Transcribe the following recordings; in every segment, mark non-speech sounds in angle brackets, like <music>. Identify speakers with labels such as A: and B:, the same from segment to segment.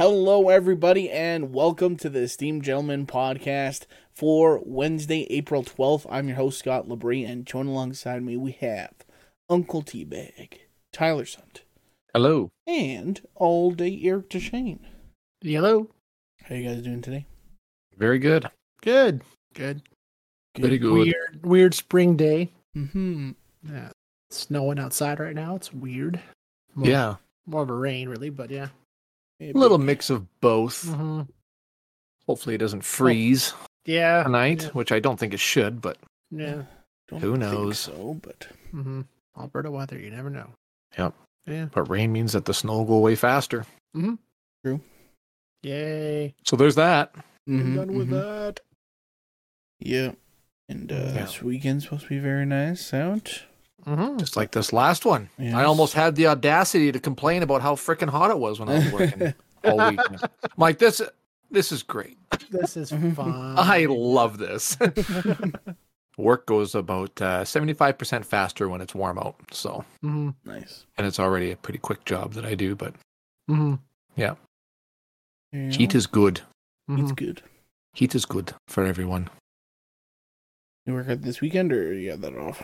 A: Hello, everybody, and welcome to the Esteemed Gentleman podcast for Wednesday, April 12th. I'm your host, Scott Labrie, and joined alongside me, we have Uncle Teabag, Tyler Sunt,
B: Hello.
A: and all day Eric Deshane.
C: Hello.
A: How you guys doing today?
B: Very good.
C: Good. Good.
B: Very good.
C: Weird. Weird spring day.
A: Mm-hmm.
C: Yeah. It's snowing outside right now. It's weird. More,
B: Yeah.
C: More of a rain, really, but yeah.
B: A little mix of both.
C: Mm-hmm.
B: Hopefully it doesn't freeze
C: Yeah.
B: tonight,
C: Yeah.
B: which I don't think it should, but
C: Yeah.
A: Don't
B: who
A: think
B: knows?
A: So, but
C: Mm-hmm. Alberta weather. You never know.
B: but rain means that the snow will go away faster.
C: Yay.
B: So there's that.
C: I'm
A: Mhm,
C: done with
A: mhm.
C: that.
A: Yeah. And uh,
B: Yeah.
A: this weekend's supposed to be very nice out.
C: Mm-hmm.
B: Just like this last one. I
A: Yes.
B: almost had the audacity to complain about how freaking hot it was when I was working all weekend. I'm like this this is great.
C: This is
A: Mhm.
C: fun. <laughs>
B: I love this. <laughs> Work goes about uh, 75% faster when it's warm out. So,
C: Mm-hmm.
A: <laughs> nice.
B: and it's already a pretty quick job that I do, but
C: Mm-hmm.
A: Yeah.
B: heat is good.
C: Mm-hmm.
B: Mm-hmm.
A: Heat's good.
B: Heat is good for everyone.
A: You work out this weekend, or you got that off?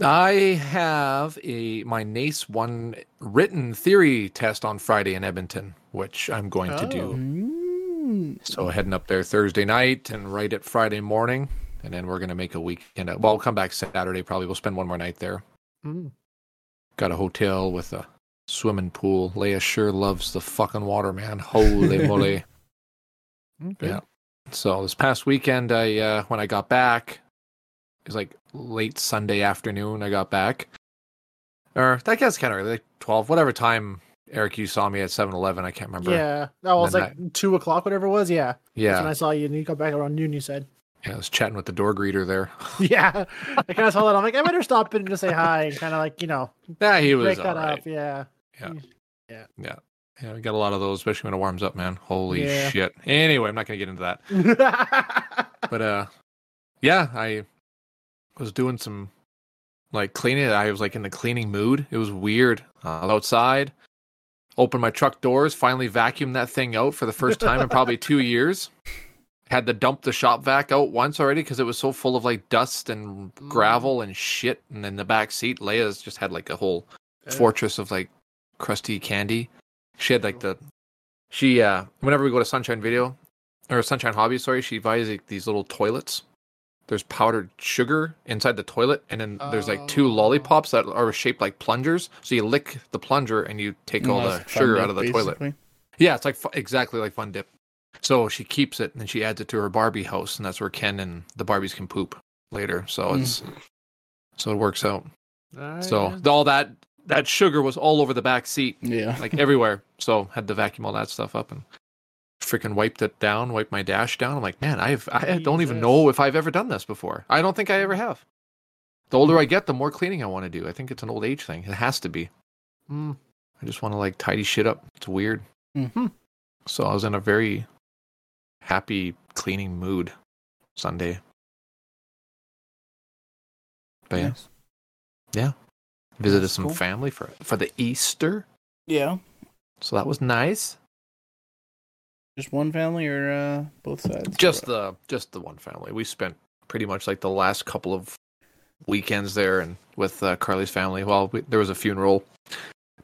B: I have a my NACE one written theory test on Friday in Edmonton, which I'm going to
A: Oh.
B: do.
A: Mm.
B: So heading up there Thursday night and write it Friday morning, and then we're gonna make a weekend. Well, I'll come back Saturday probably. We'll spend one more night there.
C: Mm.
B: Got a hotel with a swimming pool. Leia sure loves the fucking water, man. Holy moly!
C: Okay.
B: Yeah. So this past weekend, I uh, when I got back, it was like late Sunday afternoon. I got back, or that guy's kind of early, like twelve, whatever time Eric you saw me at 7-Eleven. I can't remember.
C: Yeah. That was
B: Then
C: like two o'clock, whatever it was. Yeah. That's when
B: yeah.
C: I saw you, and you got back around noon. You said, <laughs>
B: Yeah, I was chatting with the door greeter there.
C: "Yeah." I kind of saw that. I'm like, I better stop in to say hi and kind of like you know
B: Yeah, he was
C: break
B: all
C: that
B: right.
C: up. Yeah.
B: Yeah, we got a lot of those, especially when it warms up, man. Holy
C: Yeah.
B: shit. Anyway, I'm not gonna get into that.
C: mm-hmm.
B: But uh, yeah, I was doing some like cleaning. I was like in the cleaning mood. It was weird. Uh, I was outside, opened my truck doors, finally vacuumed that thing out for the first time in probably two years. Had to dump the shop vac out once already because it was so full of like dust and gravel and shit. And then the back seat, Leia's just had like a whole fortress of like crusty candy. She had like the she uh whenever we go to Sunshine Video or Sunshine Hobby, sorry, she buys like, these little toilets. There's powdered sugar inside the toilet, and then there's like two
C: Oh.
B: lollipops that are shaped like plungers. So you lick the plunger and you take all the
A: Unless
B: sugar
A: Sunday,
B: out of the toilet.
A: basically.
B: Yeah, it's like fu- exactly like Fun Dip. So she keeps it and then she adds it to her Barbie house, and that's where Ken and the Barbies can poop later. So
A: Mm.
B: it's so it works out.
C: Alright,
B: So
C: Oh, yeah.
B: th- all that that sugar was all over the back seat,
A: Yeah.
B: like everywhere. So had to vacuum all that stuff up and freaking wiped it down, wiped my dash down. I'm like, man, I've I don't even
C: Jesus.
B: know if I've ever done this before. I don't think I ever have. The older I get, the more cleaning I want to do. I think it's an old age thing. It has to be. Hmm.
C: Mm.
B: I just want to like tidy shit up. It's weird. Hmm.
A: Mhm.
B: So I was in a very happy cleaning mood Sunday. But yeah,
A: Nice.
B: visited
A: That's
B: some
A: cool.
B: family for for the Easter.
A: Yeah.
B: So that was nice.
A: Just one family or uh, both sides?
B: Just the just the one family. We spent pretty much like the last couple of weekends there, and with uh, Carly's family. Well, we, there was a funeral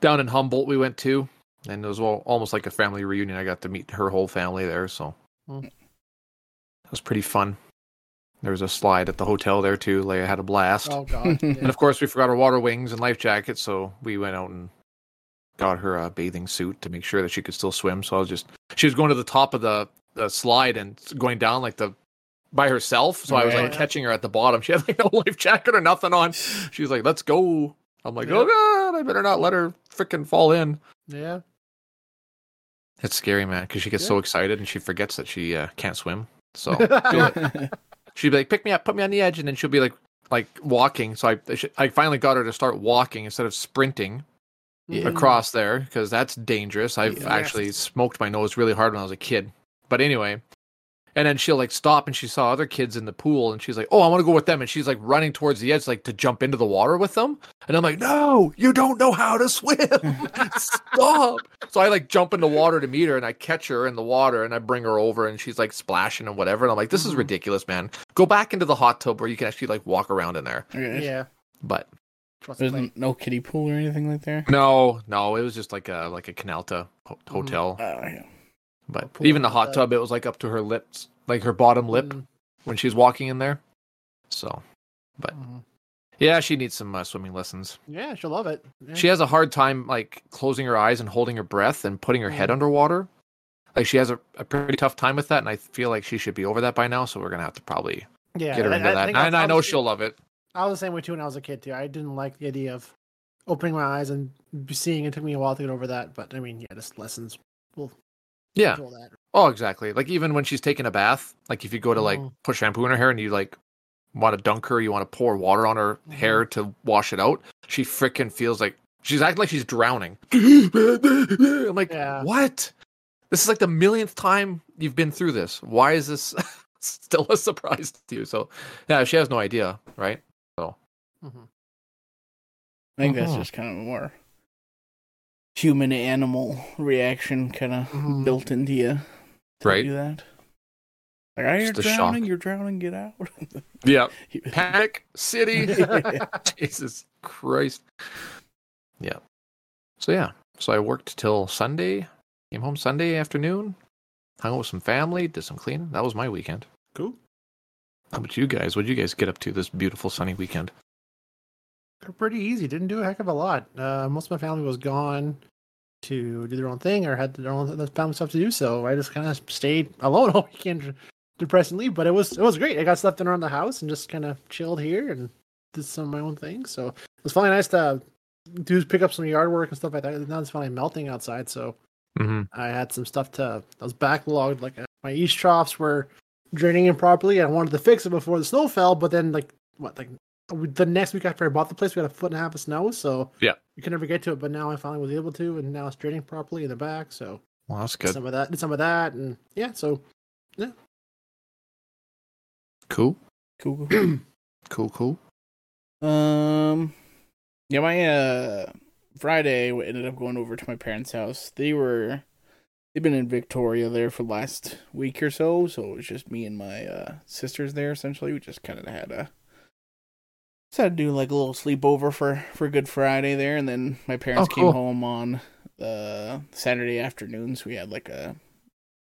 B: down in Humboldt we went to, and it was all, almost like a family reunion. I got to meet her whole family there, so
C: Mm.
B: it was pretty fun. There was a slide at the hotel there too. Leia had a blast, <laughs>
C: Oh god. yeah.
B: and of course we forgot our water wings and life jackets, so we went out and got her a bathing suit to make sure that she could still swim. So I was just she was going to the top of the, the slide and going down like the by herself. So I was like
A: Right.
B: catching her at the bottom. <laughs> She had like no life jacket or nothing on. She was like, "Let's go." I'm like,
C: Yeah.
B: "Oh God, I better not let her freaking fall in." <laughs>
C: yeah.
B: It's scary, man, because she gets
C: Yeah.
B: so excited and she forgets that she uh, can't swim.
A: <laughs>
B: So
C: <laughs>
A: the.
B: she'd be like, "Pick me up, put me on the edge," and then she'll be like, like walking. So I, I sh- I finally got her to start walking instead of sprinting
C: Mm-hmm.
A: Yeah.
B: across there because that's dangerous. I've
A: Yeah.
B: actually smoked my nose really hard when I was a kid. But anyway, And then she'll like stop and she saw other kids in the pool and she's like, Oh, I want to go with them. And she's like running towards the edge, like to jump into the water with them. And I'm like, No, you don't know how to swim. <laughs> Stop. so I like jump in the water to meet her and I catch her in the water and I bring her over and she's like splashing and whatever. And I'm like, This is
C: Mhm.
B: ridiculous, man. Go back into the hot tub where you can actually like walk around in there.
A: Okay.
C: Yeah.
B: But
C: Trust
A: There's
C: me.
A: n- no kiddie pool or anything like there.
B: no, no, it was just like a like a Canalta ho-
C: Mhm.
B: hotel.
A: Oh, yeah.
B: But
C: pool
B: even the
C: like
B: hot
C: that.
B: tub, it was like up to her lips, like her bottom lip
C: Mm,
B: when she's walking in there. So but-
C: mhm.
B: yeah, she needs some uh, swimming lessons.
C: Yeah, she'll love it. Yeah.
B: She has a hard time like closing her eyes and holding her breath and putting her head
C: Mm.
B: underwater. Like she has a, a pretty tough time with that, and I feel like she should be over that by now. So we're gonna have to probably
C: yeah,
B: get her
C: I-
B: into
C: I
B: that.
C: think
B: And I, and I know
C: was-
B: she'll love it.
C: I was the same way too when I was a kid too. I didn't like the idea of opening my eyes and seeing. It took me a while to get over that, but I mean, yeah, just lessons
B: Yeah.
C: control that.
B: Oh, exactly. Like even when she's taking a bath, like if you go to like
C: Mhm.
B: put shampoo in her hair and you like want to dunk her, you want to pour water on her
C: Mhm.
B: hair to wash it out, she freaking feels like she's acting like she's drowning. I'm like,
C: Yeah.
B: what? This is like the millionth time you've been through this. Why is this <laughs> still a surprise to you? So, yeah, she has no idea, right?
C: Mhm.
A: I think that's
B: Mhm.
A: just kind of more human animal reaction kind of
B: Mm-hmm.
C: Mhm.
A: built into you. to
B: Mm. Right.
A: Do that. Like, I hear
B: Just a
A: drowning,
B: shock.
A: you're drowning, get out. <laughs>
B: Yeah.
A: You-
B: Panic City.
A: <laughs> Yeah.
B: <laughs> Jesus Christ. Yeah. So yeah. So I worked till Sunday. Came home Sunday afternoon. Hung out with some family. Did some cleaning. That was my weekend.
C: Cool.
B: How about you guys? What would you guys get up to this beautiful sunny weekend?
C: They're pretty easy. Didn't do a heck of a lot. Uh, most of my family was gone to do their own thing or had their own other family stuff to do. So I just kind of stayed <laughs> alone all weekend, depressingly. But it was it was great. I got stuff done around the house and just kind of chilled here and did some of my own things. So it was finally nice to do pick up some yard work and stuff like that. Now it's finally melting outside, so
B: Mm-hmm.
C: I had some stuff to. I was backlogged. Like uh, my east troughs were draining improperly. I wanted to fix it before the snow fell, but then like what like the next week after I bought the place, we had a foot and a half of snow, so
B: Yeah.
C: you could never get to it. But now I finally was able to, and now it's draining properly in the back. So
B: Well, that's
C: did
B: good.
C: some of that, did some of that, and yeah. So
B: Cool.
A: <laughs> cool.
B: Cool. Cool.
A: Um, yeah, my uh Friday we ended up going over to my parents' house. They were they've been in Victoria there for the last week or so, so it was just me and my uh sisters there essentially. We just kind of had a just had to do like a little sleepover for for Good Friday there, and then my parents
B: Oh, cool.
A: came home on uh Saturday afternoon, so we had like a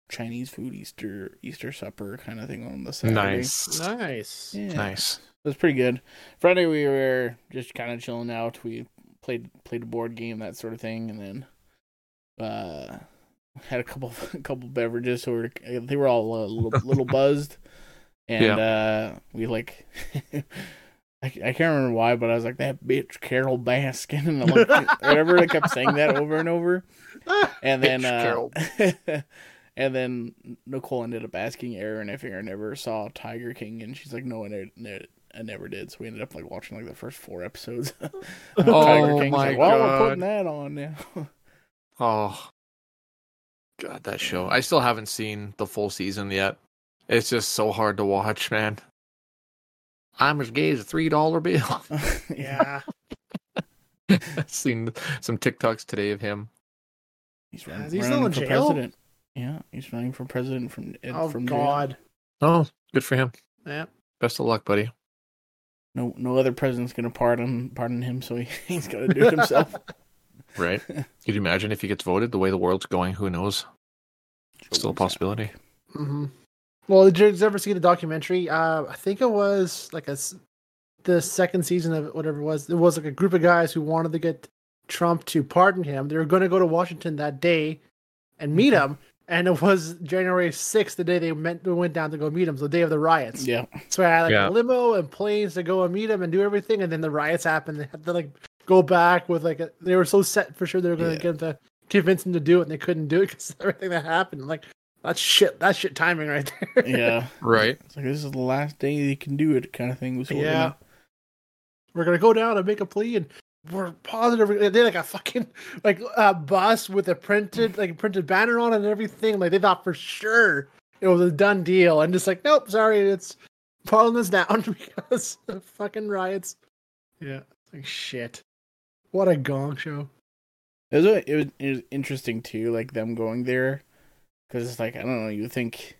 A: Chinese food Easter Easter supper kind of thing on the Saturday.
B: Nice.
C: nice.
A: Yeah.
B: Nice.
A: It was pretty good. Friday we were just kind of chilling out. We played played a board game, that sort of thing, and then uh, had a couple <laughs> a couple beverages. So we were, they were all a little little buzzed, and uh, we like. <laughs> I, I can't remember why, but I was like that bitch Carol Baskin, and I'm like, whatever. I kept saying that over and over,
C: Ah,
A: and then
B: Bitch Carol.
A: uh, <laughs> and then Nicole ended up asking Erin if Erin ever saw Tiger King, and she's like, no, I, ne- ne- I never did. So we ended up like watching like the first four episodes. <laughs> of
B: Oh
A: It's
B: my
A: like, well,
B: God.
A: we're putting that on now. <laughs>
B: Oh, God, that show. I still haven't seen the full season yet. It's just so hard to watch, man. I'm as gay as a three dollar bill. <laughs>
C: <laughs> yeah.
B: I've <laughs> seen some TikToks today of him.
A: he's, run,
C: Is he still
A: running
C: in
A: for
C: jail?
A: president. Yeah, he's running for president from Ed,
C: oh
A: from jail.
C: God.
B: Oh, good for him.
C: Yeah.
B: Best of luck, buddy.
A: No, no other president's gonna pardon pardon him, so he, <laughs> he's got to do it himself.
B: Right? Could you imagine if he gets voted the way the world's going? Who knows? <laughs> Still a possibility.
C: hmm Well, did you guys ever see the documentary? Uh, I think it was like a s- the second season of it, whatever it was. It was like a group of guys who wanted to get Trump to pardon him. They were going to go to Washington that day and meet him. And it was January sixth, the day they meant they went down to go meet him, so the day of the riots.
A: Yeah,
C: So I had like
B: Yeah.
C: a limo and planes to go and meet him and do everything, and then the riots happened. They had to like go back with like a, they were so set for sure they were going to
A: Yeah.
C: get him to convince him to do it, and they couldn't do it because everything that happened. Like that's shit. That's shit timing right there.
A: yeah.
B: Right.
A: It's like this is the last day he can do it, kind of thing. So we're
C: Yeah.
A: gonna-
C: we're gonna go down and make a plea and we're positive they had like a fucking like a bus with a printed like printed banner on it and everything like they thought for sure it was a done deal, and just like, nope, sorry, it's pulling this down <laughs> because of fucking riots. Yeah, it's like shit. What a gong show.
A: It was, a- it was it was interesting too, like them going there, because it's like I don't know. You think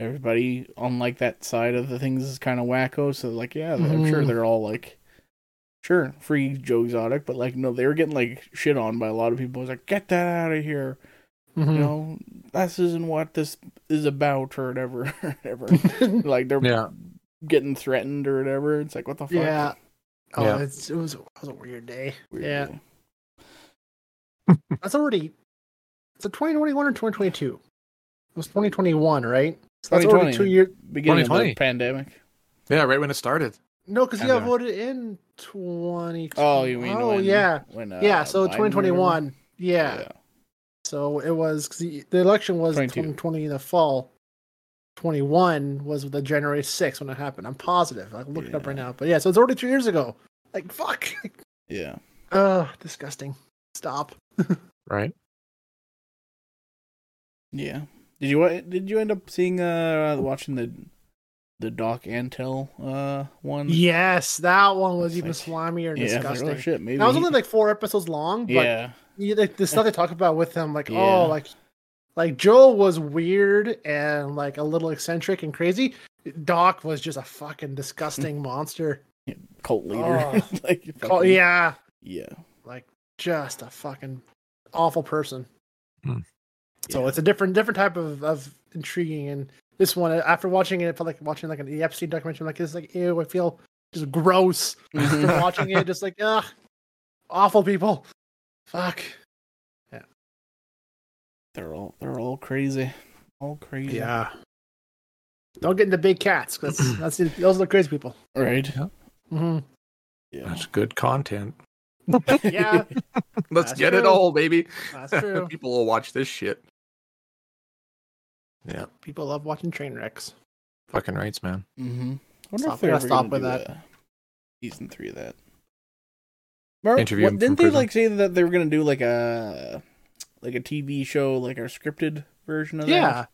A: everybody on like that side of the things is kind of wacko, so like yeah, I'm sure
C: Mhm.
A: they're all like, sure, free Joe Exotic, but like no, they were getting like shit on by a lot of people. It's like get that out of here,
C: Mm.
A: you know, this isn't what this is about or whatever, <laughs>
C: <laughs>
A: whatever. <laughs>
C: Mhm.
A: like they're
B: Yeah.
A: getting threatened or whatever. It's like what the fuck?
C: yeah. Oh,
B: Yeah.
C: It's, it was it was a weird day.
A: Weird.
C: Yeah. That's already. It's a 2021 or 2022. It was 2021, right? So that's already
A: 2020.
C: two years.
A: Beginning of the
B: 2020.
A: pandemic.
B: Yeah, right when it started.
C: No, because you
A: I
C: got
A: know.
C: voted in 20.
A: Oh, you mean?
C: Oh,
A: when-
C: yeah,
A: When, uh,
C: yeah. So
A: Biden or
C: 2021.
A: whatever?
C: Yeah. So it was cause the, the election was
A: 22.
C: 2020 in the fall. 21 was the January 6th when it happened. I'm positive. I'm looking it up
A: Yeah.
C: right now. But yeah, so it's already two years ago. Like fuck. <laughs>
A: Yeah.
C: Oh, disgusting. Stop.
B: Right.
A: Yeah. Did you wa- did you end up seeing uh watching the the Doc Antel uh one?
C: Yes, that one was
A: It's
C: even
A: like-
C: slimier and
A: Yeah, I was like,
C: disgusting.
A: oh, shit, maybe
C: that was
A: he-
C: only like four episodes long, but
A: <laughs> yeah,
C: you, like the stuff they talk about with him, like
A: Yeah.
C: oh, like like Joel was weird and like a little eccentric and crazy. Doc was just a
A: <laughs>
C: fucking disgusting monster.
A: cult leader.
C: Oh.
A: <laughs> like,
C: Oh,
A: fucking-
C: yeah,
A: yeah.
C: like just a fucking awful person.
B: Hmm.
C: So
A: Yeah.
C: it's a different different type of of intriguing. And this one, uh, after watching it, it felt like watching like an EFC documentary. Like it's like ew, I feel just gross.
A: Mhm.
C: watching it, just like, ugh, awful people. Fuck.
A: they're all they're all crazy, all crazy.
C: Don't get into big cats. 'cause
B: <clears throat>
C: That's that's the- those are the crazy people.
A: Right.
C: hmm
A: Yeah.
B: That's good <laughs> content.
C: Yeah,
B: Let's
C: That's
B: get it
C: true.
B: all, baby.
C: that's true.
B: <laughs> People will watch this shit. Yeah.
C: <laughs> People love watching train wrecks.
B: Fucking rights, man.
A: Mm-hmm. I wonder
C: Stop.
A: if they're
C: Gotta
A: ever
C: stop
A: gonna
C: with
A: do
C: that.
A: a season three of that. Remember-
B: Interview
A: what-
B: him from
A: didn't they
B: prison.
A: like say that they were gonna do like a like a TV show, like a scripted version of
C: Yeah,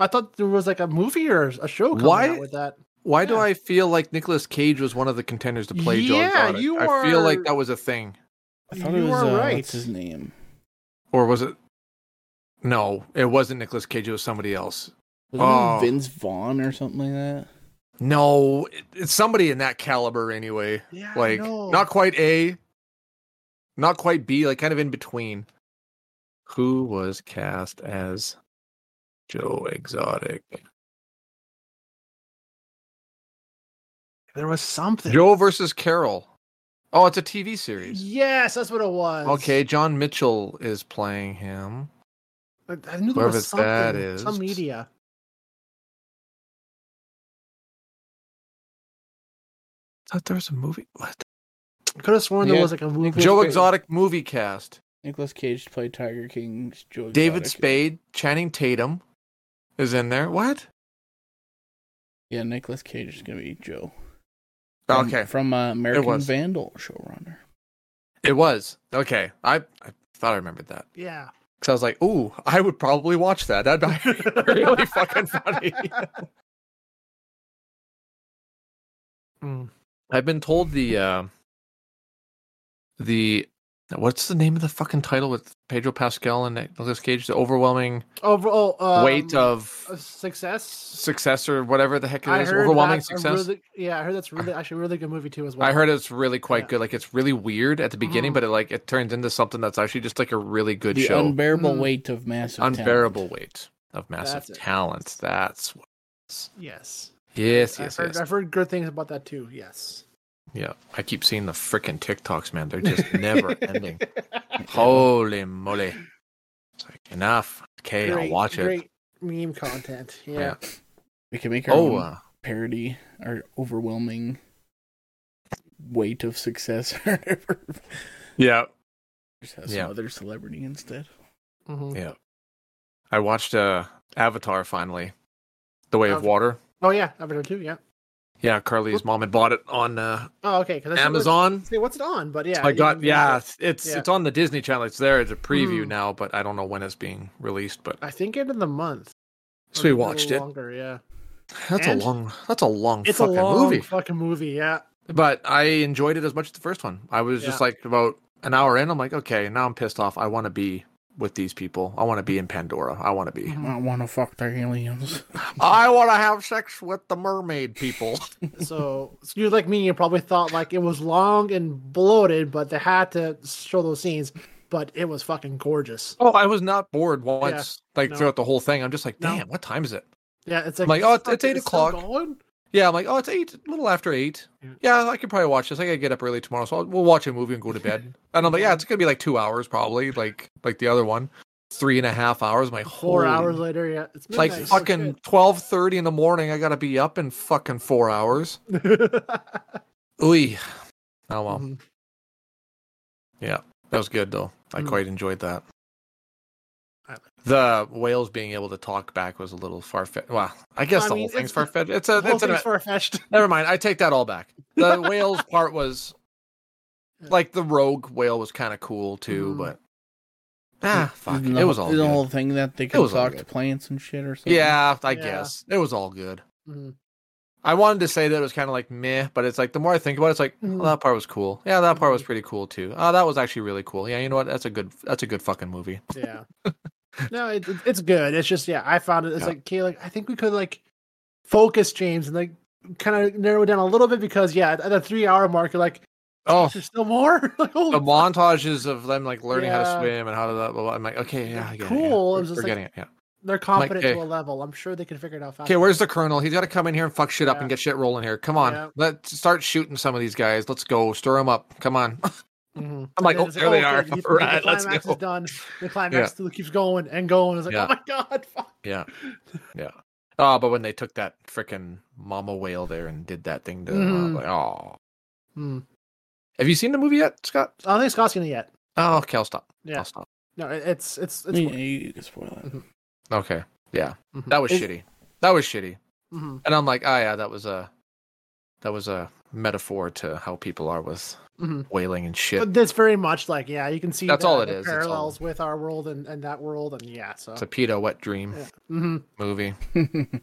C: I thought there was like a movie or a show coming
B: Why-
C: out with that.
B: Why do
C: Yeah.
B: I feel like Nicolas Cage was one of the contenders to play Joe
C: Yeah,
B: Exotic?
C: you
B: I feel
C: are-
B: like that was a thing.
A: that? I thought
C: you
A: it was,
C: are
A: uh,
C: right.
A: What's his name?
B: Or was it? No, it wasn't Nicolas Cage. It was somebody else.
A: Was it name
B: Oh.
A: Vince Vaughn or something like that?
B: No, it- it's somebody in that caliber anyway.
C: Yeah, I
B: Like,
C: know.
B: not quite A, not quite B, like kind of in between. Who was cast as Joe Exotic?
C: <laughs> there was something.
B: Joe versus Carol. Oh, it's a TV series.
C: Yes, that's what it was.
B: Okay, John Mitchell is playing him.
C: I I knew there
B: Whoever
C: was something.
B: that is.
C: Some media.
B: I thought there was a movie. What?
C: Could have sworn
A: Yeah.
C: there was like a movie.
B: Joe
A: Cage.
B: Exotic movie cast.
A: Nicholas Cage to play Tiger King's Joe.
B: David
A: Exotic.
B: Spade, Channing Tatum is in there. What?
A: Yeah, Nicholas Cage is gonna be Joe. From-
B: Okay.
A: From uh, American
B: was.
A: Vandal showrunner.
B: It was. Okay. I, I thought I remembered that.
C: Yeah. <laughs>
B: Because I was like, ooh, I would probably watch that. That'd be <laughs> <laughs> really fucking funny.
C: Mm.
B: I've been told the uh, the what's the name of the fucking title with Pedro Pascal and Nicolas Cage? The overwhelming
C: Overall um,
B: weight of
C: uh, success.
B: success or whatever the heck it
C: I
B: is.
C: heard
B: Overwhelming
C: that's a
B: success.
C: Really, yeah, I heard that's really actually a really good movie too as well.
B: I heard it's really quite
C: Yeah.
B: good. Like it's really weird at the beginning,
C: Mhm.
B: but it like it turns into something that's actually just like a really good
A: the
B: show.
A: unbearable
C: Mm.
A: weight of massive talent.
B: unbearable weight of massive
C: That's it.
B: talent. That's what.
C: Yes.
B: Yes,
C: I've
B: yes,
C: heard,
B: yes.
C: I've heard good things about that too. Yes.
B: Yeah, I keep seeing the freaking TikToks, man. They're just
C: <laughs>
B: never ending. Holy moly! It's like enough. Okay, I'll
C: Great-
B: watch it.
C: Great meme content. Yeah.
A: We can make our
B: Oh,
A: own
B: uh,
A: parody, our overwhelming weight of success, <laughs> or whatever.
B: yeah.
A: Just have some
B: Yeah.
A: other celebrity instead.
C: Mhm.
B: Yeah. I watched uh, Avatar finally, The Way of
C: Avatar.
B: Water.
C: Oh yeah, I've heard too. Yeah.
B: Yeah, Carly's mom had bought it on uh,
C: Oh okay. 'cause I see what-
B: Amazon.
C: see what's it on? But yeah.
B: I
C: you
B: got
C: can-
B: yeah, it's it's,
C: Yeah.
B: it's on the Disney Channel. It's there. It's a preview
C: Mm.
B: now, but I don't know when it's being released. But
C: I think end of the month.
B: So
C: Or
B: we
C: a
B: watched
C: little
B: it.
C: Longer, yeah.
B: That's
C: And-
B: a long. That's a long
C: It's a
B: fucking
C: long
B: movie.
C: fucking movie. Yeah.
B: But I enjoyed it as much as the first one. I was just
C: Yeah.
B: like about an hour in. I'm like, okay, now I'm pissed off. I want to be with these people. I want to be in Pandora. I want to be.
C: Mm-hmm.
A: I want to fuck their aliens.
B: <laughs> I want to have sex with the mermaid
C: <laughs>
B: people.
C: so, <laughs> so you like me, you probably thought like it was long and bloated, but they had to show those scenes. But it was fucking gorgeous.
B: oh, I was not bored once. like
C: No.
B: throughout the whole thing, I'm just like,
C: No.
B: damn, what time is it?
C: Yeah, it's like,
B: I'm like, oh, it's-
C: fuck,
B: it's eight
C: still
B: o'clock.
C: going?
B: Yeah, I'm like, oh, it's eight, a little after eight.
C: Yeah.
B: Yeah, I could probably watch this. I gotta get up early tomorrow, so I'll, we'll watch a movie and go to
C: <laughs>
B: bed. And I'm like, yeah, it's gonna be like two hours probably, like like the other one, three and a half hours. My
C: Four
B: holy-
C: hours later, yeah, it's
B: It's like
C: midnight,
B: <laughs>
C: so
B: fucking twelve thirty in the morning. I gotta be up in fucking four hours.
C: good.
B: Ooh, oh well,
C: Mhm.
B: that was good though. I
C: Mm.
B: quite enjoyed that.
C: I like
B: The whales being able to talk back was a little far fetched. Well, I guess
C: I
B: the
C: mean,
B: whole thing's
C: it's-
B: far fetched. It's a
C: The whole
B: it's an,
C: thing's far fetched.
B: Never mind. I take that all back.
C: <laughs>
B: The whales part was
C: Yeah.
B: like the rogue whale was kind of cool too,
C: Mhm.
B: but ah, fuck,
A: Isn't the,
B: it was
A: whole-
B: all
A: isn't the
B: good.
A: whole thing that they could
B: was all
A: talk to
B: good.
A: plants and shit or something.
B: Yeah, I
C: Yeah.
B: guess it was all good.
C: Mhm.
B: I wanted to say that it was kind of like meh, but it's like the more I think about it, it's like
C: Mhm.
B: well, that part was cool. Yeah, that part was pretty cool too. Oh, that was actually really cool. Yeah, you know what? That's a good. That's a good fucking movie.
C: Yeah. no, it, it- it's good. It's just yeah, I found it. It's
B: Yeah.
C: like okay, like I think we could like focus James and like kind of narrow it down a little bit because yeah, at the three hour mark, you're like,
B: Oh,
C: there's still more. <laughs> like, oh,
B: the montages of them like learning how
C: Yeah.
B: to swim and how to. Blah, blah, blah. I'm like, okay, yeah, I get it, yeah.
C: Cool, it
B: We're-
C: was just
B: we're
C: like-
B: getting it. Yeah.
C: they're confident
B: okay.
C: to a level. I'm sure they can figure it out. Fast
B: Okay, where's the colonel? He's got to come in here and fuck shit up
C: Yeah.
B: and get shit rolling here. Come on,
C: Yeah.
B: let's start shooting some of these guys. Let's go, stir them up. Come on. <laughs>
C: Mhm.
B: I'm like,
C: And
B: oh,
C: it's
B: there they <laughs>
C: okay,
B: are.
C: you think
B: Right,
C: the
B: let's
C: climax
B: go.
C: is done. The climax still keeps going and going. It's like,
B: Yeah.
C: oh my god, fuck.
B: Yeah, yeah. Oh, but when they took that freaking mama whale there and did that thing to,
C: Mhm.
B: like, oh.
C: Hmm.
B: Have you seen the movie yet, Scott?
C: I don't think Scott's seen it yet.
B: Oh, okay, I'll stop.
C: Yeah.
B: I'll stop.
C: No, it- it's it's it's
A: Yeah, you, you can spoil it.
B: Okay, yeah,
C: Mhm.
B: that was
A: It-
B: shitty. That was shitty.
C: mhm,
B: And I'm like, oh yeah, that was a, that was a metaphor to how people are with
C: mhm.
B: whaling and shit.
C: But that's very much like yeah, you can see
B: That's
C: the-
B: all it
C: the
B: is, that's all.
C: Parallels with our world and, and that world and yeah, so
B: It's a pedo wet dream
C: yeah. hmm
B: movie.
A: <laughs> Mhm.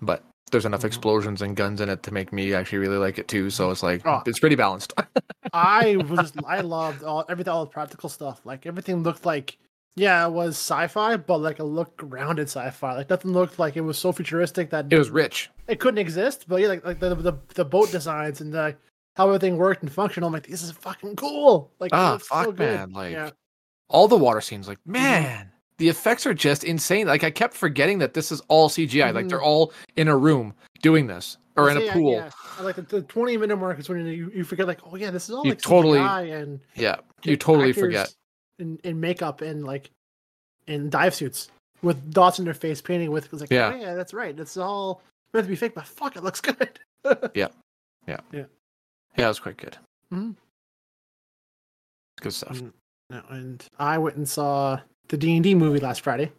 B: but there's enough
C: Mhm.
B: explosions and guns in it to make me actually really like it too. So it's like
C: Oh.
B: it's pretty balanced. <laughs>
C: I was I loved all everything all the practical stuff. Like everything looked like yeah, it was sci-fi, but like it looked grounded sci-fi. Like nothing looked like it was so futuristic that
B: it was rich.
C: it couldn't exist. But yeah, like like the the, the boat designs and the, how everything worked and functioned. I'm like, this is fucking cool. Like it
B: Ah,
C: looks
B: fuck,
C: so good.
B: man, like-
C: yeah. Mm-hmm.
B: All the water scenes, like man, the effects are just insane. Like I kept forgetting that this is all CGI. Like
C: Mhm.
B: they're all in a room doing this or in
C: So,
B: a
C: yeah,
B: pool.
C: uh, yeah. I Like the, the 20 minute mark is when you, you forget like, oh yeah, this is all
B: You
C: like
B: totally-
C: CGI and
B: Yeah, you totally
C: actors
B: forget.
C: in, in makeup and like in dive suits with dots in their face painting with it's like
B: Yeah.
C: yeah. yeah that's right it's all meant to be fake but fuck it looks <laughs> good
B: Yeah, it was quite good.
C: Mhm.
B: Good stuff.
C: Mhm. No, and I went and saw the D and D movie last Friday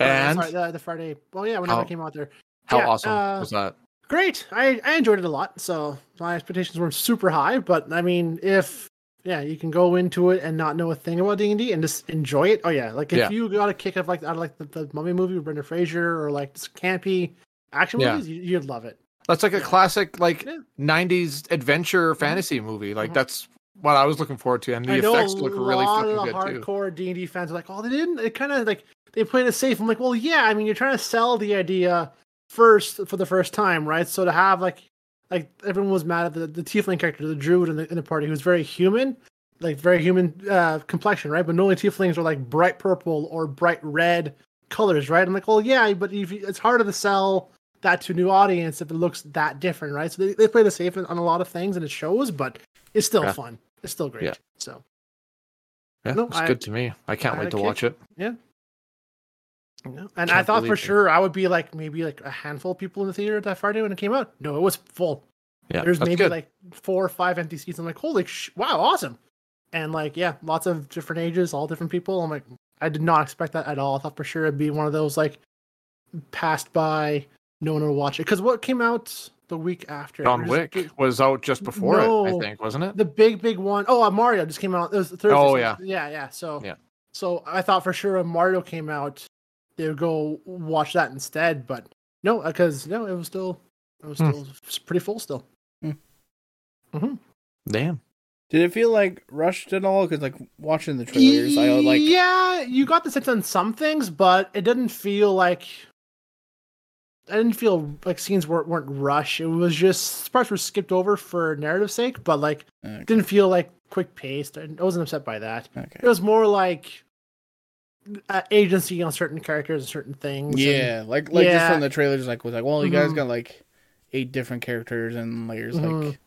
C: Uh,
B: And
C: sorry, the, the Friday well yeah whenever
B: How-
C: I came out there
B: how
C: yeah,
B: awesome
C: uh,
B: was that?
C: great I I enjoyed it a lot so my expectations weren't super high but I mean if yeah you can go into it and not know a thing about D and D and just enjoy it oh yeah like if
B: Yeah.
C: you got a kick of like out of like the, the Mummy movie with Brendan Fraser or like just campy action
B: Yeah.
C: movies you, you'd love it.
B: That's like a
C: Yeah.
B: classic, like
C: Yeah.
B: '90s adventure fantasy movie. Like
C: Mhm.
B: that's what I was looking forward to, and the
C: I know
B: effects
C: a
B: look really
C: lot
B: fucking
C: of
B: good too.
C: the hardcore D and D fans are like, "Oh, they didn't." It kind of like they played it safe. I'm like, "Well, yeah. I mean, you're trying to sell the idea first for the first time, right? So to have like, like everyone was mad at the, the tiefling character, the druid in the, in the party, who's very human, like very human uh, complexion, right? But normally tieflings are like bright purple or bright red colors, right? I'm like, "Well, yeah, but if you, it's harder to sell." That to a new audience if it looks that different, right? So they, they play the safe on a lot of things and it shows, but it's still
B: Yeah.
C: fun. It's still great.
B: Yeah.
C: So
B: Yeah,
C: No,
B: it's
C: I-
B: good to me. I can't
C: I
B: wait
C: had
B: to
C: a
B: watch it.
C: No, and I
B: Can't
C: thought
B: believe
C: for
B: it.
C: sure I would be like maybe like a handful of people in the theater that Friday when it came out. No, it was full.
B: Yeah,
C: There's
B: that's
C: maybe
B: good.
C: like four or five empty seats. I'm like, holy sh- wow, awesome! And like, yeah, lots of different ages, all different people. I'm like, I did not expect that at all. I thought for sure it'd be one of those like passed by, no one would watch it. Because what came out the week after
B: John
C: There's-
B: Wick was out just before it, I
C: No.
B: think, wasn't it?
C: the big big one oh uh, mario just came out it was thursday
B: Oh,
C: so-
B: yeah.
C: yeah yeah so
B: Yeah.
C: so i thought for sure when mario came out they would go watch that instead. But no, because no, it was still it was
B: Hmm.
C: still s- pretty full still.
B: Damn.
A: Did it feel like rushed at all? Because like watching the trailers, I would like
C: yeah, you got the sense on some things, but it didn't feel like I didn't feel like scenes weren't weren't rushed. It was just parts were skipped over for narrative sake, but like
A: Okay.
C: didn't feel like quick paced. I wasn't upset by that.
A: uh, okay.
C: It was more like uh, agency on certain characters and certain things. and-
A: Yeah, like like just
C: Yeah.
A: from the trailers, like was like, well, you guys
C: Mhm.
A: got like eight different characters and there's like
C: Mhm.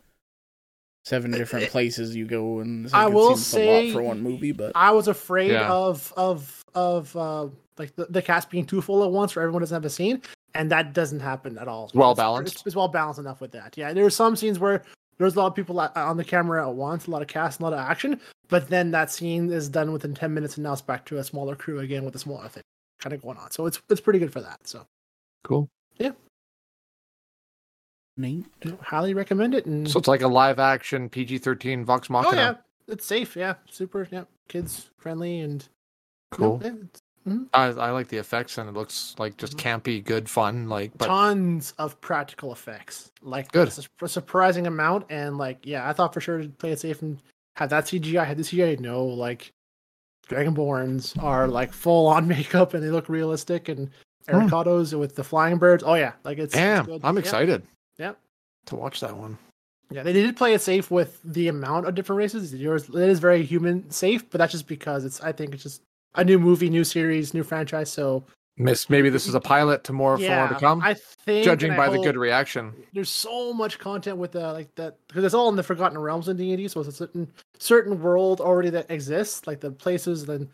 A: seven different places you go, and it's,
C: Eh, I
A: like, it
C: will
A: seems a lot
C: say-
A: for one movie, but
C: I was afraid
B: Yeah.
C: of of of uh, like the, the cast being too full at once, where everyone doesn't have a scene, and that doesn't happen at all.
B: Well
C: It's-
B: balanced.
C: It's, it's well balanced enough with that. Yeah, there were some scenes where there was a lot of people at- on the camera at once, a lot of cast, a lot of action, but then that scene is done within ten minutes, and now it's back to a smaller crew again with a smaller thing kind of going on. So it's it's pretty good for that. So
B: Cool.
C: Mm-hmm.
A: Nate,
C: you know, highly recommend it. And
B: So it's like a live action PG thirteen Vox Machina.
C: oh yeah, it's safe. Yeah, super. Yeah, kids friendly and you know,
B: Cool.
C: yeah,
B: I, I like the effects and it looks like just
C: Mm-hmm.
B: campy, good fun. Like, but
C: tons of practical effects. Like
B: Good.
C: a su- a surprising amount, and like yeah, I thought for sure to play it safe and have that CGI. Had the CGI, no, like Dragonborns are like full on <laughs> makeup and they look realistic, and Ericados with the flying birds. Oh yeah, like it's it's
B: Hmm. damn,
C: good.
B: I'm
C: Yeah.
B: excited.
C: Yep.
B: To watch that one.
C: Yeah, they did play it safe with the amount of different races. Yours it is very human safe, but that's just because it's. I think it's just a new movie, new series, new franchise. So
B: Miss, maybe this is a pilot to more for more
C: yeah,
B: to come.
C: I think
B: judging
C: and I
B: by the
C: hope-
B: good reaction,
C: there's so much content with uh, like that because it's all in the Forgotten Realms in D&D, so it's a certain certain world already that exists, like the places and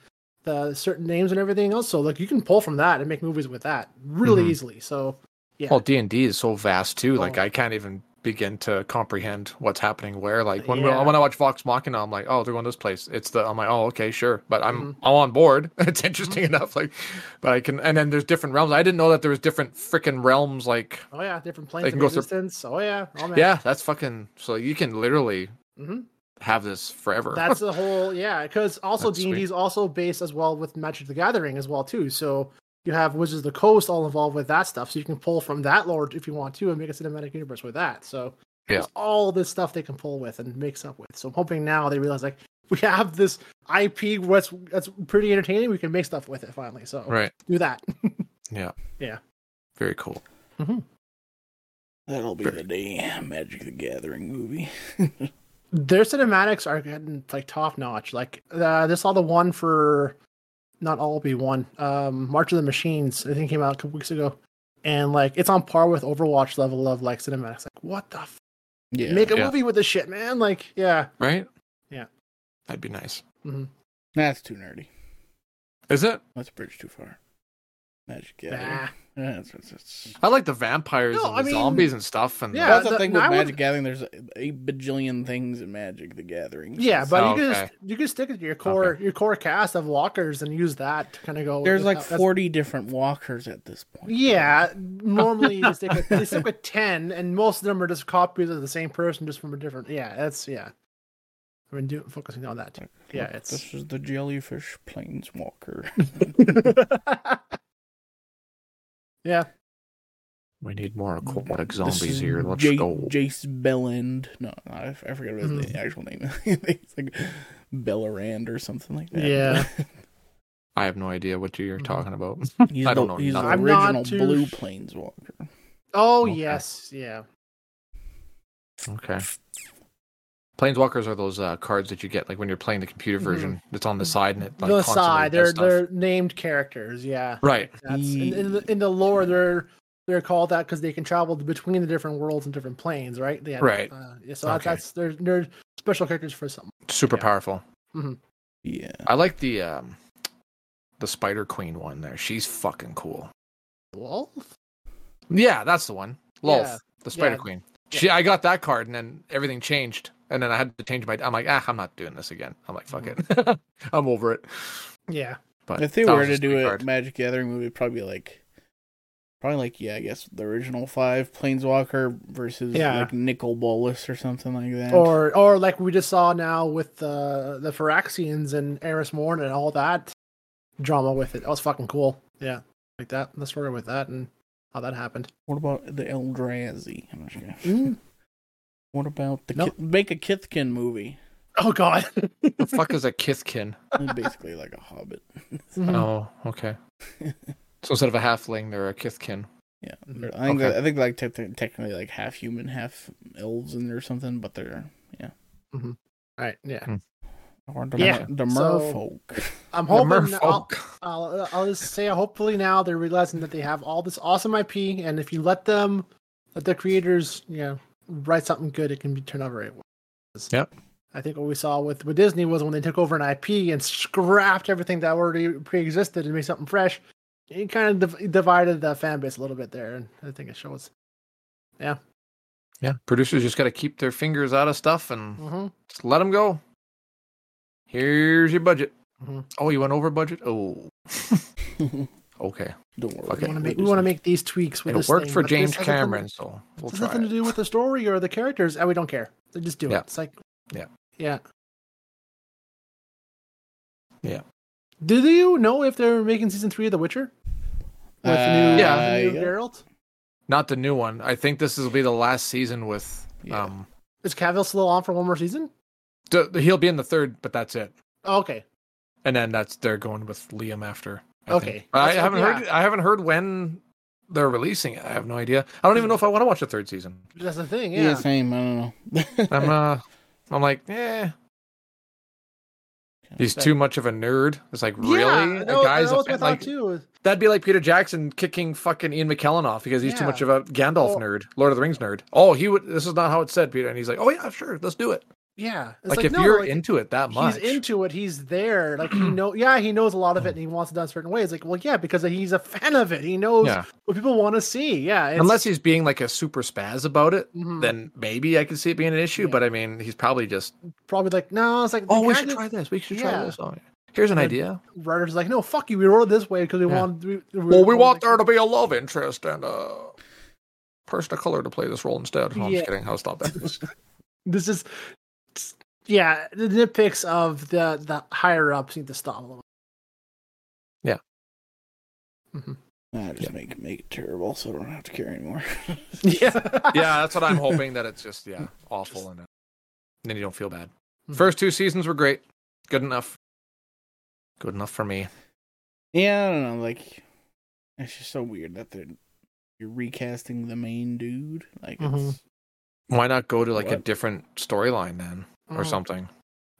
C: the certain names and everything else. So like you can pull from that and make movies with that really
B: Mhm.
C: easily. So yeah.
B: well, D and D is so vast too. Like,
C: Oh.
B: I can't even begin to comprehend what's happening where. Like when we-
C: Yeah.
B: when I watch Vox Machina, I'm like, oh, they're going this place. It's the I'm like, oh, okay, sure, but I'm I'm on board. <laughs> it's interesting
C: Mm-hmm.
B: enough. Like, but I can and then there's different realms. I didn't know that there was different freaking realms. Like,
C: oh yeah, different
B: They
C: planes
B: can
C: of
B: go through-
C: existence. Oh yeah, oh man.
B: yeah, that's fucking. So you can literally
C: hmm
B: have this forever.
C: That's the whole yeah, because also
B: That's
C: D and D is also based as well with Magic the Gathering as well too. So you have Wizards of the Coast all involved with that stuff, so you can pull from that lore if you want to and make a cinematic universe with that. So
B: Yeah.
C: there's all this stuff they can pull with and mix up with. So I'm hoping now they realize like we have this IP that's that's pretty entertaining. We can make stuff with it finally. So
B: <laughs> right.
C: do that.
B: Very cool.
A: that'll be the day Magic the Gathering movie.
C: Their cinematics are getting like top notch. Like uh, this, all the one for not all be one. Um, March of the Machines, I think, came out a couple weeks ago, and like it's on par with Overwatch level of like cinematics. Like what the f-
A: Yeah,
C: make a
B: Yeah.
C: movie with this shit, man? Like yeah,
B: Right.
C: Yeah.
B: That'd be nice.
A: that's too nerdy.
B: Is it?
A: That's a bridge too far. Magic
C: nah.
A: Gathering. Yeah, that's, that's, that's...
B: I like the vampires
C: No,
B: and the
C: I mean-
B: zombies and stuff. And
C: Yeah,
A: that's the,
C: the-
A: thing
C: no,
A: with
C: I would-
A: Magic Gathering. There's a, a bajillion things in Magic the Gathering.
C: yeah. But
B: Oh,
C: you can
B: okay.
C: just you can stick it to your core your core cast of walkers and use that to kind of go.
A: there's
C: with
A: like
C: that- that's-
A: 40 different walkers at this point.
B: <laughs>
C: Yeah, normally they stick, with, they stick with ten, and most of them are just copies of the same person, just from a different. Yeah, that's yeah. I've been doing focusing on that. Too. Yeah, it's
A: This is the jellyfish planeswalker.
C: <laughs> yeah.
B: We need more
C: Mm,
B: aquatic
A: This
B: <laughs> zombies
A: is
B: here. Let's
A: Ja-
B: go.
A: Jace Belland. No, I, f- I forget what his
C: Mm.
A: na- actual name is. <laughs> it's like Bellarand or something like that.
C: Yeah.
B: I have no idea what you're
C: Mhm.
B: talking about.
A: <laughs> he's
B: I
A: the,
B: don't know
A: he's the
B: nothing.
C: I'm not
A: original
C: too
A: blue
C: sh-
A: planeswalker.
C: Oh
B: Okay.
C: yes, yeah.
B: Okay. Planeswalkers are those uh, cards that you get like when you're playing the computer
C: Mhm.
B: version. That's on the side and it like
C: the
B: constantly
C: side,
B: does
C: they're
B: stuff.
C: they're named characters. Yeah,
B: right.
C: that's in, in, the, in the lore they're they're called that because they can travel between the different worlds and different planes, right? They have,
B: Right.
C: Uh, yeah, so that,
B: Okay.
C: that's they're they're special characters for something.
B: Super
C: Yeah.
B: powerful.
A: Yeah.
B: I like the um, the Spider Queen one there. She's fucking cool.
C: Well,
B: Yeah, that's the one. Lolf,
C: Yeah.
B: the Spider
C: Yeah.
B: Queen. She, I got that card, and then everything changed, and then I had to change my. I'm like, ah, I'm not doing this again. I'm like, fuck
C: <laughs>
B: it, <laughs> I'm over it.
C: yeah,
B: But
A: If they
B: that
A: were
B: was
A: to
B: just
A: do
B: my
A: a
B: card.
A: Magic Gathering movie, it'd probably be like, probably like yeah, I guess the original five Planeswalker versus
C: Yeah.
A: like Nicol Bolas or something like that.
C: or or like we just saw now with the the Phyraxians and Eris Morn and all that drama with it. That was fucking cool. Yeah, like that. The story with that and how that happened.
A: What about the Eldrazi? I'm just gonna-
C: Mm.
A: What about the
C: Nope.
A: Ki- make a Kithkin movie?
C: <laughs>
B: <laughs>
C: Oh God.
B: The fuck is a
C: <laughs>
B: Kithkin?
A: Basically like a Hobbit.
C: Mm-hmm.
B: Oh,
A: <laughs>
B: okay. So instead of a halfling, they're a Kithkin.
A: Yeah,
C: Mhm.
A: they're- I think
B: Okay.
A: that- I think like te- te- technically like half human, half elves in there or something, but they're
C: All right. Yeah.
A: or the,
C: Yeah,
A: the
C: so-
A: merfolk.
C: I'm
B: The
C: hoping. I'll,
B: merfolk.
C: I'll, I'll just say, hopefully now they're realizing that they have all this awesome IP, and if you let them, let the creators, you know, write something good, it can be turned over.
B: Yep.
C: I think what we saw with, with Disney was when they took over an IP and scrapped everything that already pre-existed and made something fresh. It kind of div- divided the fan base a little bit there, and I think it shows.
B: Yeah. Producers just got to keep their fingers out of stuff and
C: hmm
B: just let them go. Here's your budget.
C: Mhm.
B: Oh, you went over budget? Oh, <laughs> okay.
A: <laughs> Don't worry.
B: Fuck it.
C: we
A: we'll
C: want to make
A: do
C: we want to
A: something.
C: make these tweaks with
B: It
C: this
B: worked
C: thing,
B: for
C: but this
B: James
C: has nothing-
B: Cameron, so we'll
C: It's
B: try
C: nothing to
B: it.
C: do with the story or the characters. and we don't care. They just do
B: Yeah.
C: it. It's like,
B: Yeah.
C: yeah,
B: Yeah.
C: Do you know if they're making season three of The Witcher? With the new,
B: Yeah.
C: the new
A: yeah.
C: Geralt?
B: Not the new one. I think this will be the last season with.
A: Yeah.
B: um
C: Is Cavill still on for one more season?
B: d- He'll be in the third, but that's it.
C: Oh, okay.
B: and then that's they're going with Liam after. I
C: Okay.
B: think. But I
C: That's-
B: haven't
C: yeah.
B: heard. I haven't heard when they're releasing it. I have no idea. I don't even know if I want to watch a third season.
C: That's the thing.
A: yeah.
C: Yeah.
A: same. I don't know. <laughs>
C: <laughs>
B: I'm uh, I'm like, eh. He's
C: Okay.
B: too much of a nerd. It's like
C: Yeah,
B: really,
C: that
B: a
C: was-
B: guy's
C: that
B: a
C: was my
B: fan,
C: thought
B: like
C: too.
B: that'd be like Peter Jackson kicking fucking Ian McKellen off because he's too
C: Yeah.
B: much of a Gandalf
C: Well-
B: nerd, Lord of the Rings nerd. Oh, he would. This is not how it said, Peter. And he's like, oh yeah, sure, let's do it.
C: Yeah. It's
B: Like, if
C: no,
B: you're
C: like,
B: into it that much,
C: He's into it. He's there. Like he
B: <clears throat>
C: know. Yeah, he knows a lot of it, and he wants it done certain ways. Like, well, yeah, because he's a fan of it. He knows
B: yeah.
C: what people want to see. Yeah, it's-
B: Unless he's being like a super spaz about it,
C: Mhm.
B: then maybe I could see it being an issue.
C: Yeah.
B: But I mean, he's probably just
C: probably like, no, it's like,
B: oh,
C: the
B: we
C: guy
B: should
C: that-
B: try this. We should
C: yeah.
B: try this. Oh, yeah. here's an
C: But-
B: idea.
C: Writers like, no, fuck you. We wrote it this way because we
B: Yeah.
C: want. We,
B: Well, we want there to be a love interest and a person of color to play this role instead. No, I'm
C: Yeah.
B: just kidding. I'll
C: <laughs>
B: stop that.
C: This is, yeah, the nitpicks of the the higher ups need to stop a little.
A: Nah, just make make it terrible so I don't have to care anymore. <laughs>
C: <laughs> Yeah,
B: <laughs> yeah, that's what I'm hoping. That it's just
C: <laughs>
B: yeah, awful and, uh, and then you don't feel bad.
C: Mhm.
B: First two seasons were great, good enough, good enough for me.
A: Yeah, I don't know. Like, it's just so weird that they're you're recasting the main dude. Like,
B: Mm-hmm.
C: Mm-hmm.
A: it's,
B: Why not go to like a
A: What?
B: different storyline then or
C: Mhm.
B: something?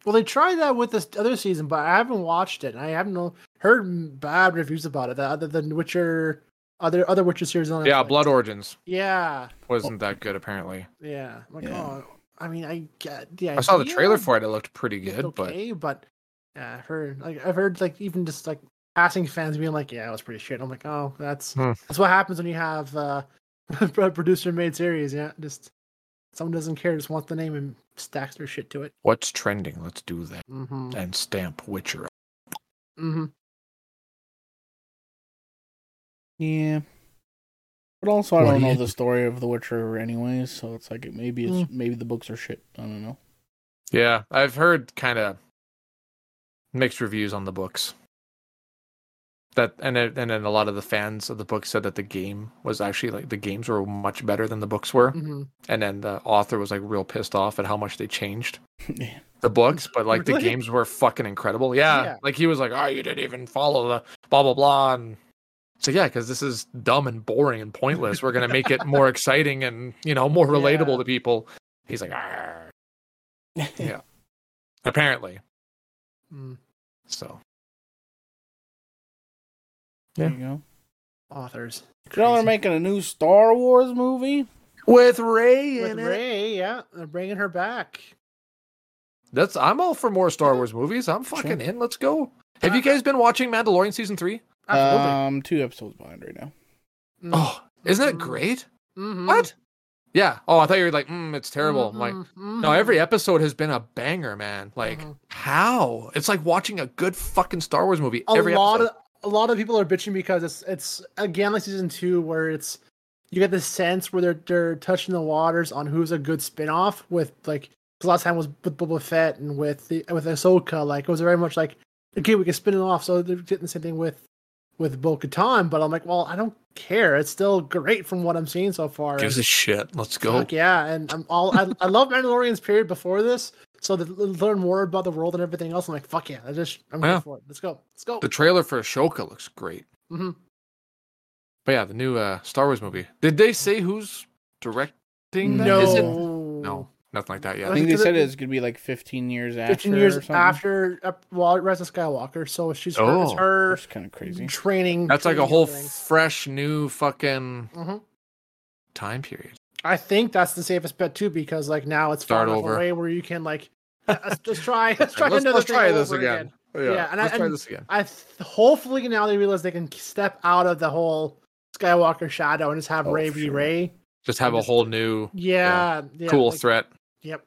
C: Well, they tried that with this other season, but I haven't watched it. And I haven't know- heard bad reviews about it. Other than Witcher, other other Witcher series on
B: Yeah,
C: Netflix.
B: Blood Origins
C: Yeah,
B: wasn't
C: Oh.
B: that good apparently.
C: yeah. I'm Like,
A: Yeah.
C: oh, I mean, I get the
B: I saw the
C: idea,
B: trailer for it. It looked pretty
C: it's
B: good, but
C: okay, but yeah, I've heard like I've heard like even just like passing fans being like, yeah, it was pretty shit. I'm like, oh, that's
B: Hmm.
C: that's what happens when you have uh, <laughs> a producer made series. Yeah, just someone doesn't care, just wants the name and stacks their shit to it.
B: what's trending? Let's do that
C: Mm-hmm.
B: and stamp Witcher.
C: Mm-hmm.
A: yeah. But also, I
B: What
A: don't
B: do
A: know
B: you- Mm.
A: the story of The Witcher, anyways. So it's like it, maybe it's maybe the books are shit. I don't know. <laughs>
B: Yeah, I've heard kind of mixed reviews on the books. That and then- and then a lot of the fans of the book said that the game was actually like the games were much better than the books were,
C: Mm-hmm.
B: and then the author was like real pissed off at how much they changed
A: yeah.
B: the
C: <laughs>
B: books, but like the
C: Really?
B: games were fucking incredible. Yeah,
C: Yeah.
B: like he was like, "Oh, you didn't even follow the blah blah blah," and so yeah, because this is dumb and boring and pointless. We're gonna make
C: <laughs>
B: it more exciting and you know more relatable
C: Yeah.
B: to people. He's like, "Arr." <laughs> Yeah. apparently,
C: Mm.
B: so
A: There you go.
C: Authors.
A: You know they're
C: Crazy.
A: making a new Star Wars movie.
B: with Ray
C: With Ray, yeah, they're bringing her back.
B: That's I'm all for more Star Wars movies. I'm fucking in. Let's go. Have you guys been watching Mandalorian season three?
C: Absolutely.
A: Um, two episodes behind right now.
B: Uh,
C: Mm.
B: Oh, isn't it great?
C: mm-hmm.
B: What? Yeah. Oh, I thought you were like, mm, it's terrible. I'm like,
C: Mm-hmm.
B: no, every episode has been a banger, man. Like,
C: Mhm.
B: how? It's like watching a good fucking Star Wars movie.
C: a
B: every
C: lot
B: episode.
C: of a lot of people are bitching because it's it's again like season two where it's you get the sense where they're they're touching the waters on who's a good spin-off with like 'cause last time was with Boba Fett and with the with Ahsoka like it was very much like okay we can spin it off so they're getting the same thing with with Bo Katan, but I'm like, well, I don't care. It's still great from what I'm seeing so far.
B: Gives a shit. Let's go.
C: Fuck yeah, and I'm all I, I love Mandalorian's period before this, so to learn more about the world and everything else, I'm like, fuck yeah, I just I'm
B: Yeah.
C: here for it. Let's go, let's go.
B: The trailer for Ashoka looks great.
C: hmm
B: But yeah, the new uh, Star Wars movie. Did they say who's directing that?
C: No,
B: Is it- No, nothing like that
A: I
B: yet.
A: think they
C: Because
A: said
C: it-
A: it's gonna be like 15 years after.
C: 15 years
A: or something.
C: after uh, well, Rise of Skywalker, so she's her, it's
B: Oh.
C: her
A: That's kind of crazy.
C: training.
B: That's like a
C: training
B: whole
C: thing.
B: fresh new fucking
C: Mhm.
B: time period.
C: I think that's the safest bet too, because like now it's
B: Start
C: far enough
B: over.
C: away where you can like <laughs> let's just try, let's try another thing over
B: Yeah,
C: Yeah, and I-
B: let's try
C: and-
B: this again.
C: I th- hopefully now they realize they can step out of the whole Skywalker shadow and just have
A: Oh,
C: Ray
A: for
C: be
A: sure.
C: Ray.
B: Just have a
C: just-
B: whole new
C: Yeah, yeah,
B: cool
C: like-
B: threat.
C: Yep.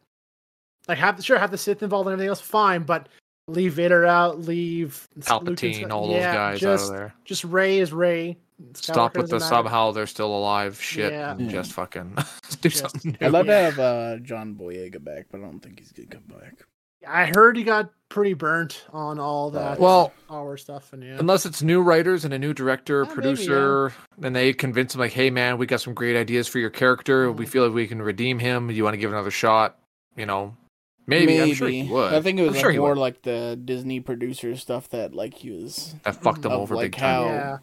C: Like have sure have the Sith involved and everything else, fine, but leave Vader out, leave Luke and
B: Palpatine,
C: Sky-
B: all
C: yeah,
B: those guys
C: just,
B: out of there.
C: Just Ray is Ray.
B: Stop with the
C: doesn't matter.
B: somehow they're still alive shit
C: Yeah.
B: and just fucking <laughs> do
C: Just-
B: something new.
A: I'd love
C: Yeah.
A: to have uh, John Boyega back, but I don't think he's gonna come back.
C: I heard he got pretty burnt on all that
B: Well,
C: our stuff and yeah.
B: unless it's new writers and a new director,
C: Yeah, maybe,
B: producer, and they convince him like, "Hey, man, we got some great ideas for your character. We
C: Mhm.
B: feel like we can redeem him. You want to give it another shot? You know, maybe, I'm sure he would.
A: I think it was
B: I'm
A: like
B: sure he
A: more
B: would.
A: like the Disney producer stuff that like he was
B: that fucked him
A: of,
B: over
A: like,
B: big time.
A: how-
C: yeah.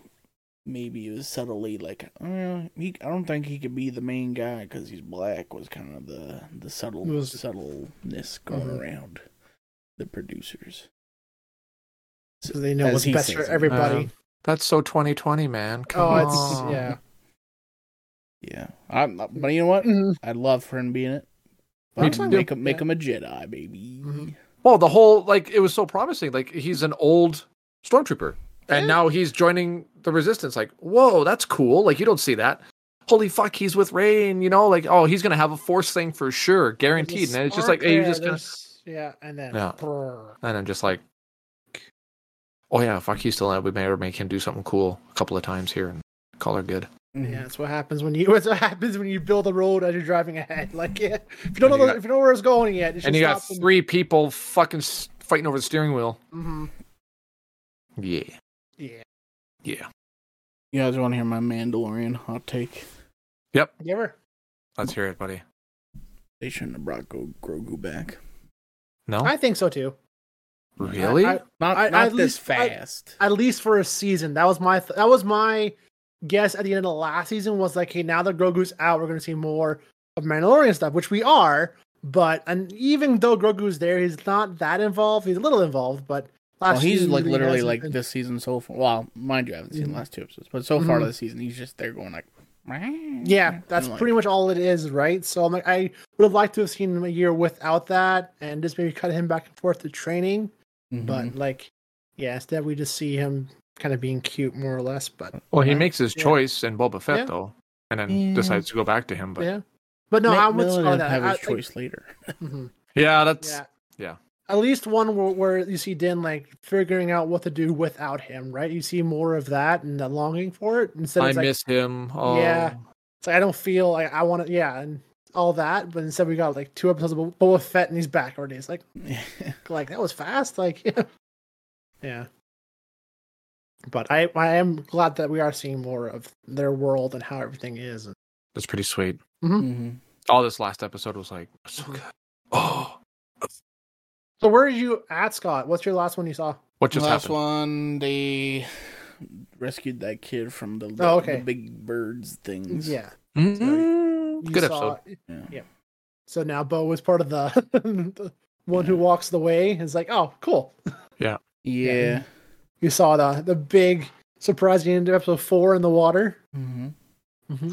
A: maybe he was subtly like "Uh, he, I don't think he could be the main guy because he's black was kind of the the subtle
C: It was-
A: subtleness going
C: Mhm.
A: around the producers.
C: So they know
A: As
C: what's
A: he
C: best
A: says
C: for
A: it.
C: everybody.
B: Um, that's so 2020, man. Come
C: Uh, oh,
B: on.
C: it's yeah.
A: Yeah, I'm, but you know what? I'd love for him being it.
B: Me
A: But
B: too.
A: Make him make him a Jedi, baby.
C: Mhm.
B: Well, the whole like it was so promising. Like he's an old stormtrooper, and now he's joining the resistance. Like, whoa, that's cool. Like you don't see that. Holy fuck, he's with Ray, and you know, like, oh, he's gonna have a force thing for sure,
C: There's
B: guaranteed.
C: this
B: And it's just
C: arc
B: like, hey, you
C: there,
B: just gonna,
C: there's- yeah, and then
B: Yeah.
C: brrr.
B: and I'm just like, oh yeah, fuck, he's still out. We may or make him do something cool a couple of times here and call her good.
A: Mm.
C: Yeah, that's what happens when you. <laughs> That's what happens when you build a road as you're driving ahead. Like, yeah, if you don't know,
B: And you
C: the-
B: got-
C: if you don't know where it's going yet, it's
B: And you got three people fucking s- fighting over the steering wheel.
C: hmm
B: Yeah,
C: Yeah,
B: yeah.
A: You guys want to hear my Mandalorian hot take?
C: you ever?
B: Let's hear it, buddy.
A: They shouldn't have brought Go- Grogu back.
B: No,
C: I think so too.
B: really?
C: I-
A: Not
C: I-
A: not
C: at
A: this
C: least- I-
A: fast.
C: At least for a season, that was my th- that was my guess at the end of the last season was like, hey, now that Grogu's out, we're gonna see more of Mandalorian stuff, which we are. But and even though Grogu's there, he's not that involved. He's a little involved, but last
A: well, he's
C: season
A: like
C: he
A: literally
C: hasn't
A: like
C: been-
A: this season so far. Well, mind you, I haven't seen
C: Mhm.
A: the last two episodes, but so far
C: Mhm.
A: this season, he's just there going like,
C: Yeah, that's pretty much all it is, right? So I'm like, I would have liked to have seen him a year without that, and just maybe cut him back and forth to training.
A: Mm-hmm.
B: Mm-hmm.
C: But like, yeah, instead we just see him kind of being cute, more or less. But
B: Well, he
C: Right?
B: makes his
C: Yeah.
B: choice in Boba Fett
C: Yeah.
B: though, and then
A: Yeah.
B: decides to go back to him. But yeah,
C: yeah, but no,
A: Nick
C: I would
A: Miller
C: on
A: didn't
C: that.
A: have
C: I,
A: his
C: like,
A: choice <laughs> later.
C: mhm,
B: that's
C: yeah,
B: yeah.
C: At least one where, where you see Din like figuring out what to do without him, right? You see more of that and the longing for it instead of
B: I
C: like,
B: miss him. Oh,
C: Yeah. It's like I don't feel like I want to, yeah, and all that. But instead, we got like two episodes of Bo- Boba Fett, and he's back already. It's like, like that was fast. Like, <laughs> yeah, yeah. But I, I am glad that we are seeing more of their world and how everything is.
B: that's pretty sweet.
A: hmm
B: All this last episode was like so
C: Mm-hmm.
B: good. Oh,
C: So, where are you at, Scott? What's your last one you saw?
B: what just
A: last
B: happened?
A: one, they rescued that kid from the,
C: Oh, okay.
A: the big birds things.
C: Yeah,
B: Mhm.
C: you
B: Good
C: saw
B: episode.
C: it.
A: Yeah.
C: So now Bo was part of the, <laughs> the one who walks the way. It's like, oh, cool.
A: Yeah.
C: You saw the the big surprise at the end of episode four in the water.
A: hmm
C: And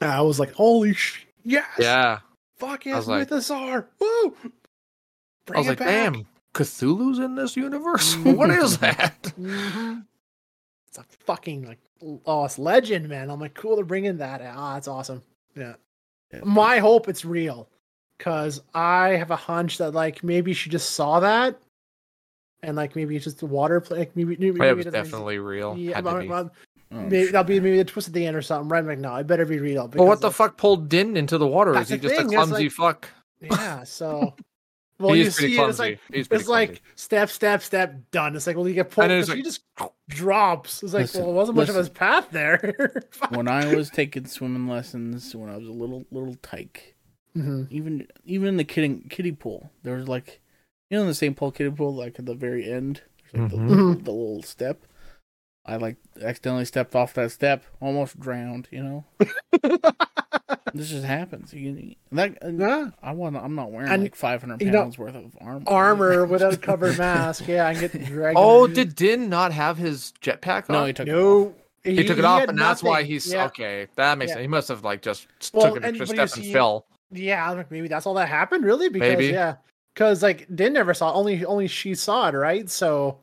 C: I was like, holy sh! Yes!
B: Yeah,
C: Fuck
B: I
C: yes,
B: was like-
C: Mythosaur! Woo! Bring
B: I was
C: it
B: like,
C: back. Mm-hmm.
B: damn, Cthulhu's in this universe. <laughs> what is
C: <laughs>
B: that?
C: Mhm. It's a fucking like oh, it's legend, man. I'm like, cool, they're bringing that. out. Ah, that's awesome. My hope it's real, because I have a hunch that like maybe she just saw that, and like maybe it's just the water. Play, like maybe, maybe
B: It
C: it
B: was
C: doesn't exist.
B: definitely real.
C: Yeah,
B: Had to
C: but-
B: be. Hmm.
C: but
A: Oh,
C: maybe that'll be maybe the twist at the end or something. Right? I'm like, no, it better be real.
B: But what
C: because,
B: the
C: like,
B: fuck pulled Din into the water?
C: That's
B: Is he
C: the
B: just a
C: thing, it's
B: clumsy
C: like-
B: <laughs> fuck?
C: Yeah, so Well,
B: he
C: you
B: is pretty
C: see it, it's
B: clumsy.
C: like
B: He's pretty
C: it's like
B: clumsy.
C: step, step, step, done. It's like well, you get pulled,
B: And it's
C: but you just drops. It's like
A: Listen,
C: well, it wasn't much of his
A: listen.
C: path there. <laughs> Fuck.
A: When I was taking swimming lessons, when I was a little little tyke,
C: Mhm.
A: even even in the kidding kiddie pool, there was like, you know, in the St. Paul kiddie pool, like at the very end, there's like
B: Mm-hmm.
A: the,
C: Mhm.
A: the little step. I like accidentally stepped off that step, almost drowned. You
C: <laughs>
A: know, this just happens. You can, that and
C: Yeah.
A: I want. I'm not wearing
C: And,
A: like 500
C: you know,
A: pounds worth of armor. <laughs>
C: Armor without a covered mask. Yeah, I can get dragged.
B: Oh,
C: underneath.
B: did Din not have his jetpack?
A: No,
B: on?
A: he took it off.
C: no?
B: he, took it off,
C: had
B: and that's why
C: nothing.
B: he's
C: yeah.
B: okay. That makes
C: Yeah.
B: sense. He must have like just s-
C: Well,
B: took an
C: and
B: extra
C: what do you
B: step and
C: see-
B: fell.
C: Yeah, I'm like, maybe that's all that happened, really. Because
B: Maybe.
C: yeah, because like Din never saw only only she saw it, right? So,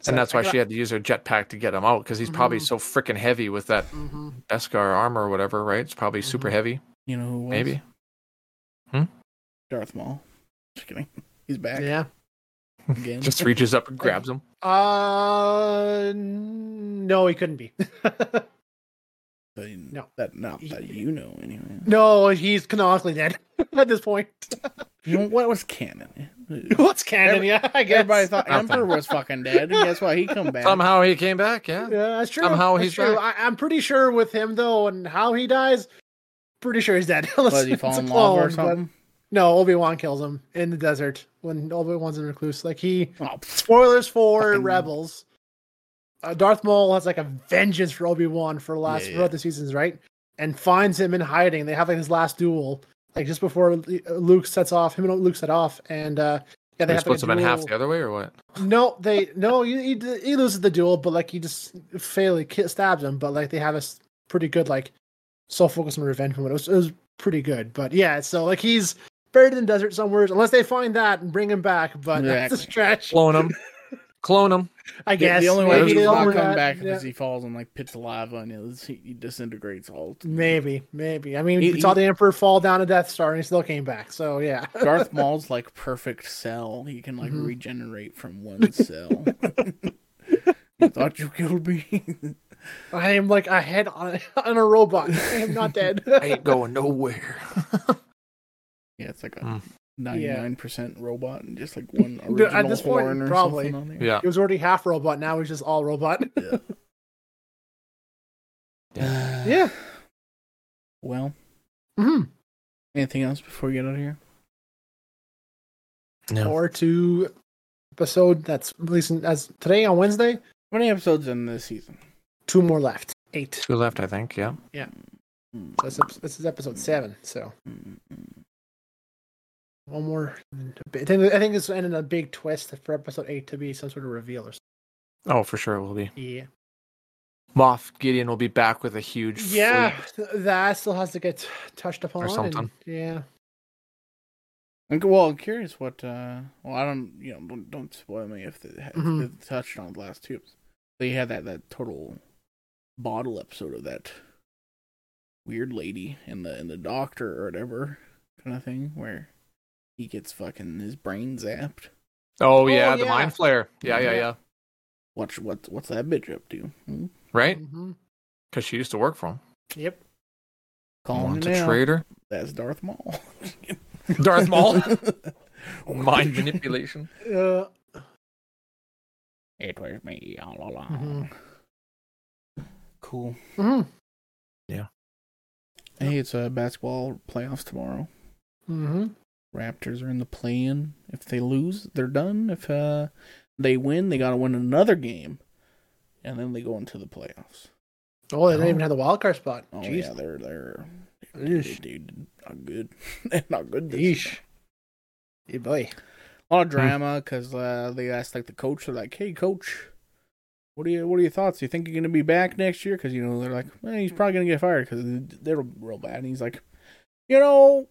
C: so
B: And that's why
C: I-
B: she had to use her jetpack to get him out because he's probably
C: Mhm.
B: so freaking heavy with that
C: Mhm.
B: Beskar armor or whatever, right? It's probably super
C: Mhm.
B: heavy.
A: You know who? Was?
B: <laughs> Maybe.
A: Darth Maul. Just kidding. <laughs> He's back
C: Yeah.
A: again.
B: Just reaches up and grabs him.
C: Uh, no, he couldn't be. <laughs>
A: But
C: No.
A: that not that you know anyway.
C: no, he's canonically dead <laughs> at this point.
A: You know what was
C: <laughs>
A: canon?
C: What's canon?
A: Every-
C: yeah, I guess.
A: Everybody thought
B: Nothing.
A: Emperor was fucking dead, and guess what? He come back.
B: Somehow he came back. Yeah.
C: <laughs> Yeah, that's true.
B: Somehow
C: that's
B: he's
C: true.
B: back.
C: I, I'm pretty sure with him though, and how he dies, pretty sure he's dead. <laughs> Unless
A: Was he
C: it's
A: fall
C: a
A: in love or
C: clone, but-
A: something?
C: No, Obi Wan kills him in the desert when Obi Wan's in recluse. Like he
A: Oh, pfft.
C: spoilers for
A: Fucking-
C: Rebels. Uh, Darth Maul has like a vengeance for Obi Wan for the last
A: Yeah, yeah.
C: throughout the seasons, right? And finds him in hiding. They have like his last duel, like just before Le- Luke sets off. Him and Luke set off, and uh, yeah, they
B: He
C: have like,
B: splits
C: a
B: him in half
C: duel.
B: the other way or what?
C: No, they no. He, he d- he loses the duel, but like he just fairly ki- stabs him. But like they have a s- pretty good like soul focus on revenge moment. It was, it was pretty good, but yeah. So like he's buried in the desert somewhere, unless they find that and bring him back. But that's a
A: Exactly.
C: stretch,
B: Clone <laughs> him. Clone him.
C: I
A: The-
C: guess.
A: the only way
B: maybe
A: he's
B: they'll
A: not
B: do
A: come
C: that,
A: back
C: yeah.
A: is he falls in like pits of lava and it- he, he disintegrates all.
C: Maybe, maybe. I mean,
A: He-
C: we saw
A: he-
C: the Emperor fall down a Death Star, and he still came back. So yeah, <laughs>
A: Darth Maul's like perfect cell. He can like
C: Mhm.
A: regenerate from one
C: <laughs>
A: cell. you thought you killed me. <laughs>
C: I am like a head on, <laughs> on a robot. I am
A: <laughs>
C: not dead.
B: I ain't going nowhere.
A: yeah, it's like
B: Hmm.
A: a ninety-nine percent robot and just like
C: <laughs>
A: one
C: At
A: original
C: this point,
A: horn or
C: probably.
A: something on there.
B: yeah.
C: He was already half robot. Now he's just all robot. <laughs> yeah.
A: Well,
C: hmm
A: anything else before we get out of here?
B: Yeah.
C: or to episode that's releasing as today on Wednesday.
A: How many episodes in this season?
C: Two more left. Eight.
B: Two left, I think. Yeah.
A: Hmm.
C: This, ep- this is episode seven. So
A: Hmm.
C: one more. I think I think this will end in a big twist for episode eight to be some sort of reveal or something.
B: Oh, for sure it will be.
C: Yeah.
B: Moff Gideon will be back with a huge
C: Yeah.
B: fleet.
C: th- That still has to get touched upon. and-
B: something.
C: yeah.
A: I'm, well, I'm curious what. Uh, well, I don't. You know, don't, don't spoil me if they, had-
B: Mm-hmm.
C: Mhm.
A: if they touched on the last two. They had that that total bottle episode of that weird lady and the and the doctor or whatever kind of thing where he gets fucking his brain zapped.
B: Oh, yeah, the
C: yeah.
B: mind flare. Yeah, yeah,
C: Yeah.
B: yeah.
A: What's what what's that bitch up to? Hmm?
B: Right?
C: Mhm.
B: Because she used to work for him.
C: Yep.
A: Calling
B: Wants
A: it
B: a
A: out.
B: <laughs> traitor.
A: That's Darth Maul. <laughs>
B: Darth Maul. mind manipulation.
C: Uh,
A: It was me all along.
C: Mhm.
B: Mm-hmm.
A: Cool.
C: mhm.
A: Hey, it's uh, basketball playoffs tomorrow.
C: Mhm.
A: Raptors are in the play-in. If they lose, they're done. If uh, they win, they gotta win another game, and then they go into the playoffs.
C: Oh, they didn't
B: Oh.
C: even have the wild card spot.
A: Oh
C: Jeez.
A: yeah, they're they're they,
C: Yeesh.
A: they did not good. <laughs> they're not good. This year.
C: Yeesh. Hey, boy.
A: A lot of drama because uh, they asked like the coach. They're like, "Hey, coach, what are you what are your thoughts? Do you think you're gonna be back next year?" Because you know they're like, well, "He's probably gonna get fired because they're real bad." And he's like, "You know."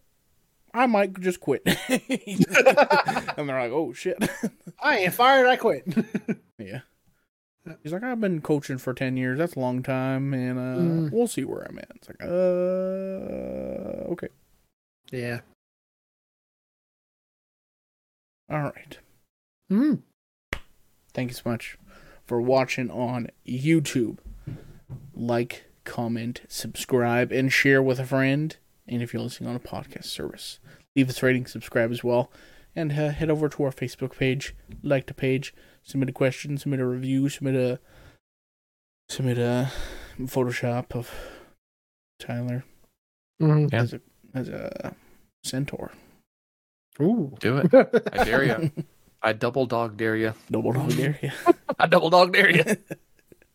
A: I might just quit. <laughs> and they're like, oh shit. <laughs>
C: I ain't fired. I quit. <laughs>
A: Yeah.
C: Yeah.
A: He's like, I've been coaching for ten years. That's a long time, and uh,
C: Mm.
A: we'll see where I'm at. It's like, uh, okay,
C: yeah.
A: all right.
C: Mm-hmm.
A: Thank you so much for watching on YouTube. Like, comment, subscribe, and share with a friend. And if you're listening on a podcast service, leave us a rating, subscribe as well. and uh, head over to our Facebook page, like the page, submit a question, submit a review, submit a submit a Photoshop of Tyler
C: Mm-hmm.
B: Yeah.
A: as a as a centaur.
C: Ooh.
B: Do
C: <laughs>
B: it. I dare you. I double dog dare you.
A: <laughs> Double dog there. Yeah.
B: I double dog dare <laughs> you.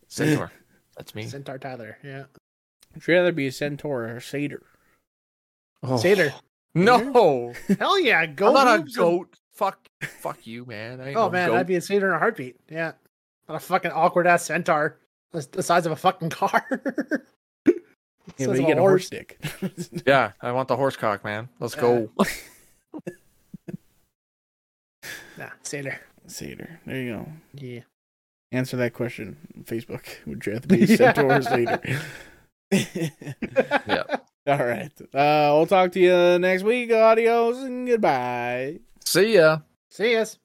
B: Centaur. That's me.
C: Centaur Tyler. Yeah.
A: Would you rather be a centaur or a satyr?
B: Oh.
C: Satyr.
B: No.
C: Hell yeah. Go.
B: I'm not a
C: Noobs and-
B: goat. Fuck. Fuck you, man. I ain't
C: Oh
B: no
C: man,
B: goat.
C: I'd be a satyr in a heartbeat. Yeah. Not a fucking awkward ass centaur. That's the size of a fucking car. <laughs>
A: Yeah,
C: Size
A: but
C: of
A: you get a horse dick. <laughs>
B: Yeah, I want the horse cock, man. Let's go.
C: Nah, satyr.
A: satyr. There you go.
C: Yeah.
A: Answer that question on Facebook. <laughs> Would you rather be a centaur or a satyr?
B: Yeah.
A: <laughs> All right. Uh, we'll talk to you next week. Adios and goodbye.
B: See ya.
C: See us.